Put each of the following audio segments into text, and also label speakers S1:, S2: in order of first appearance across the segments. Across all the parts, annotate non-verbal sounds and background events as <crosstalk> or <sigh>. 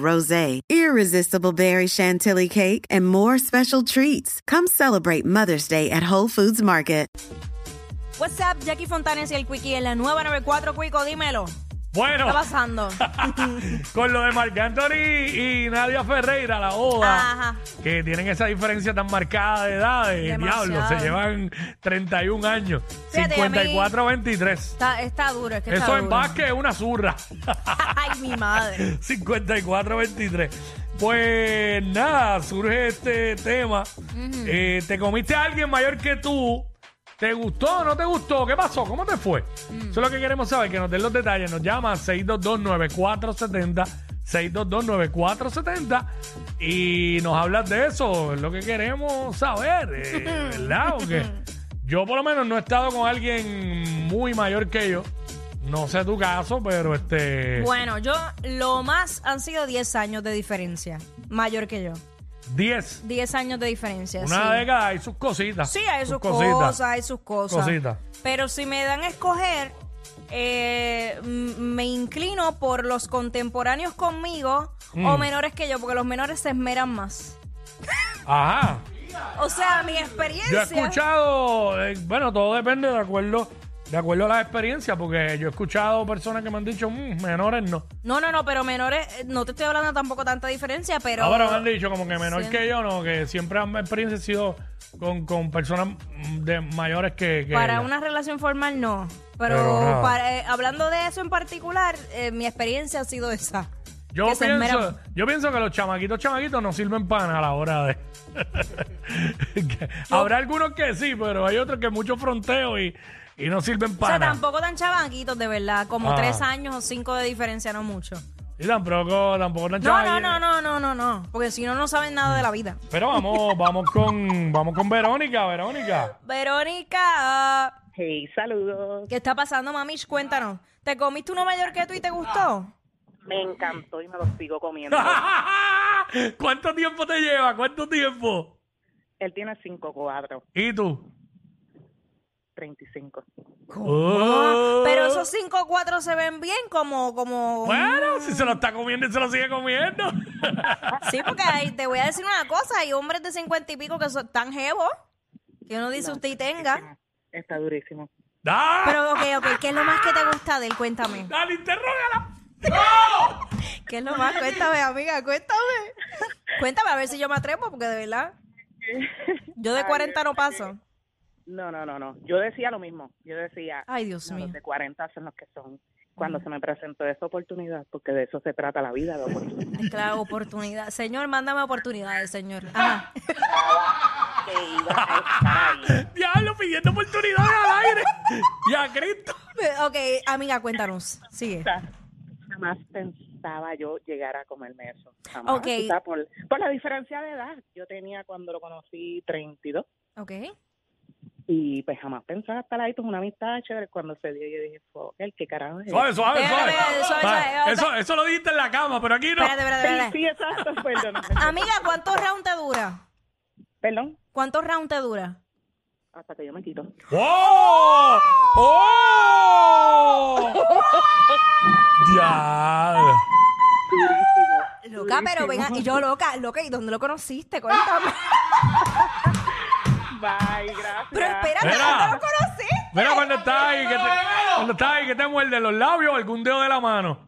S1: rosé, irresistible berry chantilly cake, and more special treats. Come celebrate Mother's Day at Whole Foods Market.
S2: What's up, Jackie Fontanes y el Quickie en la nueva 94 Quico, dímelo. ¿Qué
S3: Bueno,
S2: está
S3: <laughs>
S2: pasando?
S3: con lo de Marc Anthony y Nadia Ferreira, la boda,
S2: Ajá.
S3: que tienen esa diferencia tan marcada de edades,
S2: Demasiado.
S3: diablo, se llevan 31 años,
S2: Fíjate, y a mí-
S3: 54-23.
S2: Está, está duro, es que está
S3: Eso en
S2: duro.
S3: básquet es una zurra.
S2: <laughs> Ay, mi
S3: <laughs>
S2: madre.
S3: 54-23. Pues nada, surge este tema. Eh, ¿Te comiste a alguien mayor que tú? ¿Te gustó o no te gustó? ¿Qué pasó? ¿Cómo te fue? Eso es lo que queremos saber, que nos den los detalles. Nos llama 6229470. 6229470 y nos hablas de eso, es lo que queremos saber, eh, ¿verdad? Porque yo por lo menos no he estado con alguien muy mayor que yo, no sé tu caso, pero este...
S2: Bueno, yo lo más han sido 10 años de diferencia, mayor que yo.
S3: 10.
S2: 10 años de diferencia.
S3: Una
S2: sí.
S3: década hay sus cositas.
S2: Sí, hay sus
S3: cositas.
S2: cosas, hay sus cosas.
S3: Cositas.
S2: Pero si me dan a escoger, eh, m- me inclino por los contemporáneos conmigo o
S3: Mm.
S2: menores que yo, porque los menores se esmeran más.
S3: Ajá.
S2: O sea, mi
S3: Yo he
S2: experiencia.
S3: escuchado, eh, bueno, todo depende de acuerdo, de acuerdo a las experiencias, porque yo he escuchado personas que me han dicho, "Mm, menores no.
S2: No, no, no, pero menores, eh, no te estoy hablando tampoco tanta diferencia, pero.
S3: Ahora me han dicho como que menor
S2: Sí.
S3: que yo, no, que siempre han experiencia ha sido con, con personas mm, de mayores que, que
S2: Para
S3: ella.
S2: una relación formal no. Pero,
S3: Pero nada.
S2: para- eh, hablando de eso en particular, eh, mi experiencia ha sido esa.
S3: Yo
S2: que se
S3: pienso,
S2: esmeran.
S3: yo pienso que los chamaquitos, chamaquitos no sirven pana a la hora
S2: <laughs>
S3: de. <laughs> Que Habrá algunos que sí, pero hay otros que mucho fronteo y, y no sirven
S2: O sea,
S3: pana.
S2: tampoco tan chavanquitos, de verdad. Como
S3: Ah.
S2: tres años o cinco de diferencia, no mucho.
S3: Y tampoco, tampoco tan
S2: No, no,
S3: chamaqui-
S2: no, no, no, no, no. Porque si no, no saben nada de la vida.
S3: Pero vamos, vamos con, vamos con Verónica, Verónica.
S2: <laughs> Verónica,
S4: Hey, saludos.
S2: ¿qué está pasando, mami? Cuéntanos. ¿Te comiste uno mayor que tú y te gustó?
S3: Ah.
S4: Me encantó y me lo sigo comiendo.
S3: ¿Cuánto tiempo te lleva? ¿Cuánto tiempo?
S4: Él tiene 5 cuadros,
S3: ¿Y tú?
S4: 35.
S3: Oh.
S2: Ah, Pero esos cinco cuatro se ven bien como, como.
S3: Bueno, si se lo está comiendo y se lo sigue comiendo. <laughs>
S2: Sí, porque ahí te voy a decir una cosa, hay hombres de cincuenta y pico que son tan jevos que uno dice usted y tenga.
S4: Está durísimo.
S3: ¡Ah!
S2: Pero ok, ok, ¿qué es lo más que te gusta de él? Cuéntame.
S3: ¡Dale, interrógala!
S2: ¿Qué es lo más? Cuéntame, amiga, cuéntame. Cuéntame a ver si yo me atrevo, porque de verdad, yo de 40 no paso.
S4: No, no, no, no. Yo decía lo mismo. Yo decía,
S2: Ay, Dios
S4: no,
S2: mío.
S4: los de 40 son los que son. Cuando se me presentó esa oportunidad, porque de eso se trata la vida, de oportunidad.
S2: Es que la oportunidad. Señor, mándame oportunidades, señor. Ajá.
S4: <laughs> Que iba a estar <laughs> ahí.
S3: Diablo, pidiendo oportunidades al aire. y a Cristo.
S2: Ok, amiga, cuéntanos. Sigue.
S4: Jamás pensaba yo llegar a comerme eso. Jamás.
S2: Ok.
S4: O sea, por, por la diferencia de edad. Yo tenía cuando lo conocí 32.
S2: Ok.
S4: Y pues jamás pensaba estar ahí, pues una amistad chévere. Cuando se dio, yo dije, el qué carajo es esto?"
S3: Suave, suave,
S2: Espérate,
S3: suave.
S2: espérate, suave,
S3: Vale,
S2: suave.
S3: Eso, eso lo dijiste en la cama, pero aquí no.
S2: Espérate, espérate,
S4: Sí,
S2: espérate.
S4: sí, exacto, <laughs> perdón.
S2: Amiga, ¿cuántos rounds te dura?
S4: Perdón,
S2: ¿Cuántos rounds te dura?
S4: hasta que yo me quito.
S3: ¡Oh! ¡Oh! Diablo.
S2: Loca, pero venga, y yo loca, loca, ¿y dónde lo conociste? Cuéntame. <laughs>
S4: Bye, gracias.
S2: Pero espérate,
S3: Mira.
S2: ¿dónde lo conociste?
S3: Mira cuando estás ahí, que te, cuando estás ahí, que te muerde los labios o algún dedo de la mano.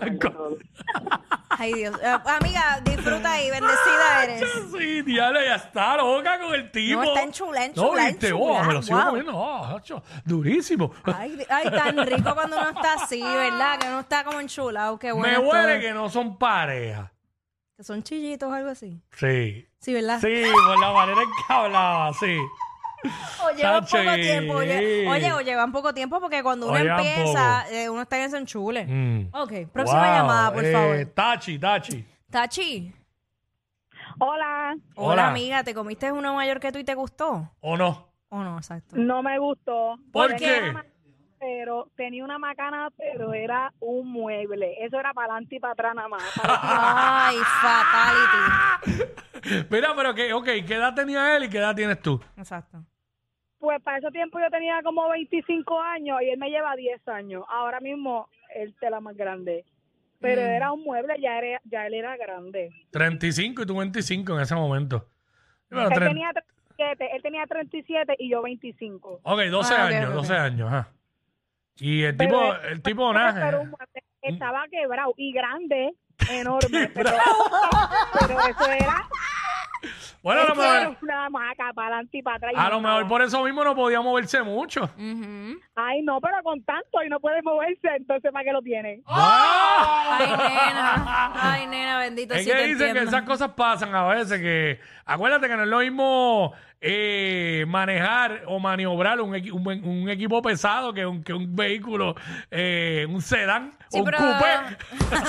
S4: Ay, todo.
S2: Ay, Dios. Eh, amiga, disfruta y bendecida eres.
S3: Sí, diablo, ya está loca con el tipo.
S2: No, está enchulada,
S3: No,
S2: enchulada,
S3: viste,
S2: enchulada,
S3: oh, me lo sigo
S2: guau.
S3: comiendo. Oh, hacho, durísimo.
S2: Ay, di- ay, tan rico cuando uno está así, ¿verdad? Que uno está como enchulado, qué bueno.
S3: me
S2: es
S3: huele
S2: todo.
S3: que no son pareja.
S2: Que son chillitos o algo así.
S3: Sí.
S2: Sí, ¿verdad?
S3: Sí, por la manera en que hablaba, sí.
S2: O llevan
S3: Tacho,
S2: poco tiempo. Oye,
S3: sí.
S2: oye, o llevan poco tiempo porque cuando uno
S3: O llevan
S2: empieza,
S3: poco.
S2: eh, uno está en ese enchule.
S3: Mm.
S2: Ok, próxima
S3: Wow,
S2: llamada, por
S3: eh,
S2: favor.
S3: Tachi, Tachi.
S2: Tachi,
S4: Hola,
S2: hola,
S3: Hola.
S2: amiga, ¿te comiste uno mayor que tú y te gustó?
S3: ¿O no?
S2: ¿O no? Exacto.
S4: no me gustó.
S3: ¿Por
S4: Tenía
S3: qué?
S4: una ma- Pero tenía una macana, pero era un mueble. Eso era para adelante y para atrás nada más.
S2: <laughs> Ay, fatality.
S3: Mira, pero que, ok, ¿qué edad tenía él y qué edad tienes tú?
S2: Exacto.
S4: Pues para ese tiempo yo tenía como 25 años y él me lleva 10 años. Ahora mismo él te la más grande. Pero
S2: Mm.
S4: era un mueble, ya, era, ya él era grande.
S3: 35 y tú 25 en ese momento. Bueno,
S4: Él
S3: tre-
S4: tenía 37, él tenía 37 y yo 25.
S3: Ok, 12
S2: Ah, ok,
S3: años,
S2: ok,
S3: 12
S2: ok.
S3: años, ajá. Y el
S4: Pero
S3: tipo,
S4: él-
S3: el tipo eh.
S4: pero
S3: naje.
S4: un mueble estaba quebrado y grande,
S3: <laughs>
S4: enorme. pero, pero eso era,
S3: Bueno, a lo
S4: eso era
S3: mejor,
S4: una maca para adelante y para atrás. y
S3: a lo
S4: no.
S3: mejor por eso mismo no podía moverse mucho.
S2: Ujú.
S4: Ay, no, pero con tanto y no puede moverse, entonces ¿para qué lo tiene?
S2: Ay,
S3: ¡Ah! <laughs>
S2: nena. Ay, nena, bendito.
S3: Es
S2: sí
S3: que
S2: te
S3: dicen que
S2: entiendo.
S3: esas cosas pasan a veces, que acuérdate que no es lo mismo eh, manejar o maniobrar un, equi- un buen- un equipo pesado que un, que un vehículo, eh, un sedán
S2: Sí,
S3: o un
S2: pero-
S3: coupé.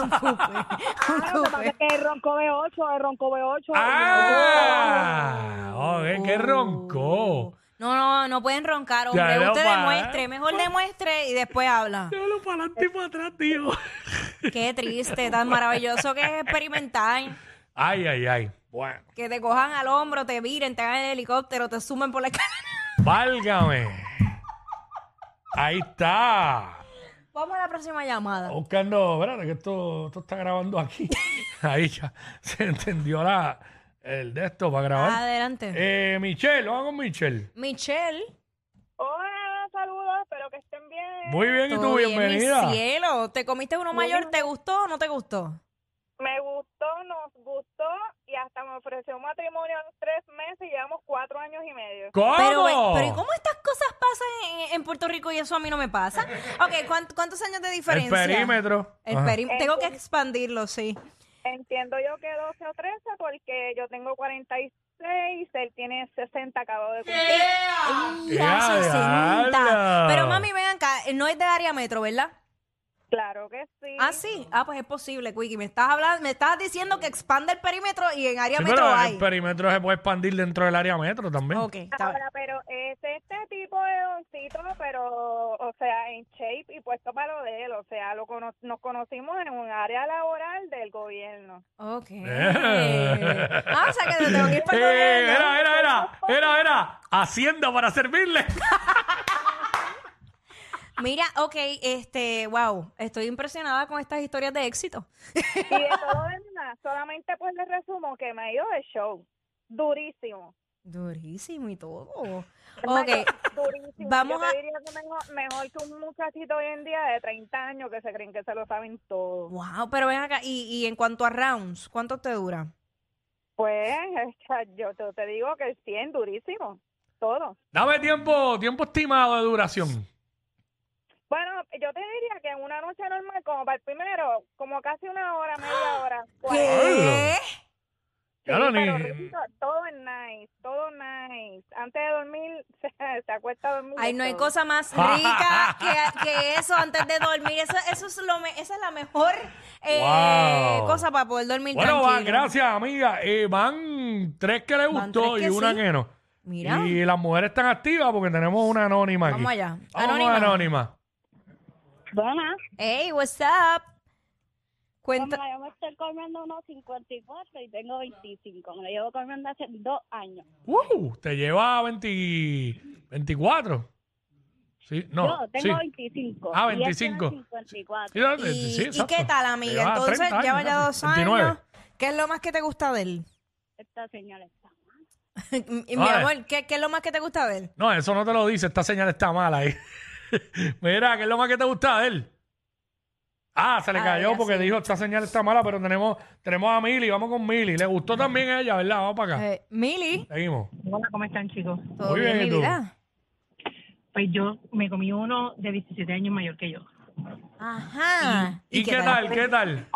S2: un coupé. Un
S4: Ah, lo que pasa
S2: coupé.
S4: es que el ronco B8, el ronco B8.
S3: <laughs> ¡Ah! Oye, ¡Qué
S2: ah, Oh.
S3: ronco!
S2: No, no, no pueden roncar, hombre.
S3: no,
S2: Usted
S3: pa-
S2: demuestre, mejor demuestre y después habla.
S3: Déjalo para adelante y para atrás, tío.
S2: Qué triste, tan maravilloso que es experimentar.
S3: <laughs> Ay, ay, ay. Bueno.
S2: Que te cojan al hombro, te viren, te hagan el helicóptero, te sumen por la cara.
S3: Válgame. Ahí está.
S2: <laughs> Vamos a la próxima
S3: Oh,
S2: llamada.
S3: Buscando, espérate, que esto, esto está grabando aquí. <laughs> Ahí ya se entendió la, el de esto para grabar.
S2: Ah, Adelante.
S3: ah. Eh, Michelle, vamos con Michelle.
S2: Michelle,
S4: Hola, saludos, espero que estén bien.
S3: Muy bien, y tú,
S2: todo bien, mi
S3: bienvenida.
S2: cielo. ¿Te comiste uno mayor? ¿Te gustó o no te gustó?
S4: Me gustó, nos gustó y hasta me ofreció un matrimonio en tres meses y llevamos cuatro años y medio.
S3: ¿Cómo?
S2: Pero, ve- pero ¿y cómo estas cosas pasan en, en Puerto Rico y eso a mí no me pasa? Ok, ¿cuánt- ¿cuántos años de
S3: el
S2: diferencia?
S3: perímetro.
S2: El
S3: Ajá.
S2: perim- Tengo que expandirlo, sí.
S4: Entiendo yo que 12 o 13 porque yo tengo 46, él tiene 60, acabo de cumplir.
S2: Ya,
S3: Ya,
S2: 60.
S3: diablo.
S2: Eh, Pero mami, ven acá, eh, no es de área metro, ¿verdad?
S4: Claro que sí.
S2: Ah, sí. Ah, pues es posible, Quickie. Me estás hablando, me estás diciendo que expande el perímetro y en área
S3: Sí,
S2: metro
S3: pero
S2: hay.
S3: el perímetro se puede expandir dentro del área metro también.
S2: Ok, está bien.
S4: Ahora, pero es este tipo de doncito, pero, o sea, en shape y puesto para lo de él. O sea, lo cono- nos conocimos en un área laboral del gobierno.
S2: Ok.
S3: Eh.
S2: Ah, o sea que te tengo
S3: <laughs>
S2: que ir por el
S3: Eh,
S2: gobierno.
S3: era, era, era, era, era. Hacienda para servirle.
S2: Mira, ok, este, wow. Estoy impresionada con estas historias de éxito.
S4: Y de todo lo demás, solamente pues les resumo que me ha ido de show. Durísimo.
S2: Durísimo y todo. Ok.
S4: Hermano, Durísimo.
S2: Vamos
S4: Yo te
S2: a-
S4: diría que mejor, mejor que un muchachito hoy en día de 30 años que se creen que se lo saben todo.
S2: Wow, pero ven acá. Y, y en cuanto a rounds, ¿cuánto te dura?
S4: Pues, o sea, yo te, te digo que el 100 durísimo. Todo.
S3: Dame tiempo, tiempo estimado de duración.
S4: Bueno, yo te diría que en una noche normal, como para el primero, como casi una hora,
S2: <gasps>
S4: media hora. cuarenta.
S2: ¿Qué?
S3: Ya
S4: Sí,
S3: lo
S4: pero
S3: ni-
S4: rico, todo es nice, todo nice. Antes de dormir, <laughs> se, acuesta a dormir.
S2: Ay, no hay
S4: todo.
S2: cosa
S3: <laughs>
S2: más rica que, que eso antes de dormir. Eso, eso es lo me- esa es la mejor eh,
S3: Wow.
S2: cosa para poder dormir
S3: Bueno, va,
S2: tranquilo.
S3: gracias, amiga. Eh, van tres que le
S2: Van
S3: gustó
S2: tres
S3: y
S2: que
S3: una
S2: sí.
S3: que no.
S2: Mira,
S3: Y las mujeres están activas porque tenemos una anónima aquí.
S2: Vamos allá.
S3: Vamos
S2: Anónima.
S3: anónima.
S5: Dona,
S2: hey, what's up? Cuenta.
S5: yo me estoy comiendo unos 54 y tengo 25. Me lo llevo comiendo hace dos años.
S3: Uh, te lleva 20 24. Sí, no.
S5: Yo tengo
S3: Oh, sí.
S5: 25.
S3: Ah,
S5: y él tiene
S3: 25.
S5: 54.
S3: Sí, no, eh,
S2: ¿Y,
S3: sí,
S2: y
S3: exacto.
S2: qué tal,
S3: Te
S2: amiga?
S3: lleva
S2: Entonces,
S3: 30
S2: lleva ya
S3: casi,
S2: dos
S3: 29.
S2: años. ¿Qué es lo más que te gusta de él? <laughs>
S5: Esta señora está.
S2: Y, mi
S3: Ay.
S2: amor, ¿qué, ¿qué es lo más que te gusta de él?
S3: No, eso no <laughs> te lo dice. Esta señal está mala ahí. Mira, ¿qué es lo más que te gusta de él? Ah, se le
S2: Ah,
S3: cayó
S2: ya
S3: porque
S2: sí.
S3: dijo, esta señal está mala, pero tenemos, tenemos a Mili, vamos con Mili. Le gustó también a ella, ¿verdad? Vamos para acá.
S2: Eh, Mili,
S3: Seguimos.
S6: Hola, ¿cómo están, chicos?
S2: todo
S3: Ah. Muy
S2: bien,
S3: bien, ¿y
S2: mi
S3: tú?
S2: vida.
S6: Pues yo me comí uno de 17 años mayor que yo.
S2: Ajá.
S3: ¿Y, qué tal? ¿Qué tal?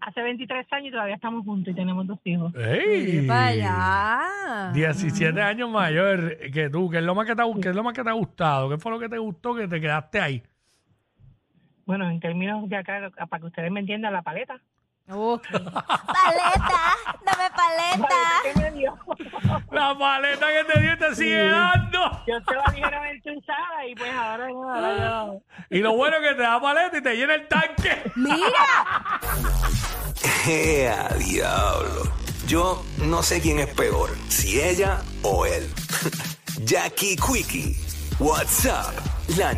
S6: Hace 23 años y todavía estamos juntos y tenemos dos hijos.
S3: ¡Ey!
S2: Para allá.
S3: 17 años mayor que tú. ¿Qué es, lo más que te, ha- qué es lo más que te ha gustado? ¿Qué fue lo que te gustó que te quedaste ahí?
S6: Bueno, en términos de acá, para que ustedes me entiendan, la paleta.
S2: Ok. <laughs> paleta, dame paleta.
S6: ¿Qué me dio?
S3: La paleta que te dio y te sigue dando.
S6: Yo estaba ligeramente usada y pues ahora no, ahora yo-
S3: Y lo bueno es que te da paleta y te llena el tanque.
S2: Mira.
S7: <laughs> ¡Ea, diablo! Yo no sé quién es peor, si <laughs> ella o él. Jackie Quickie, WhatsApp, la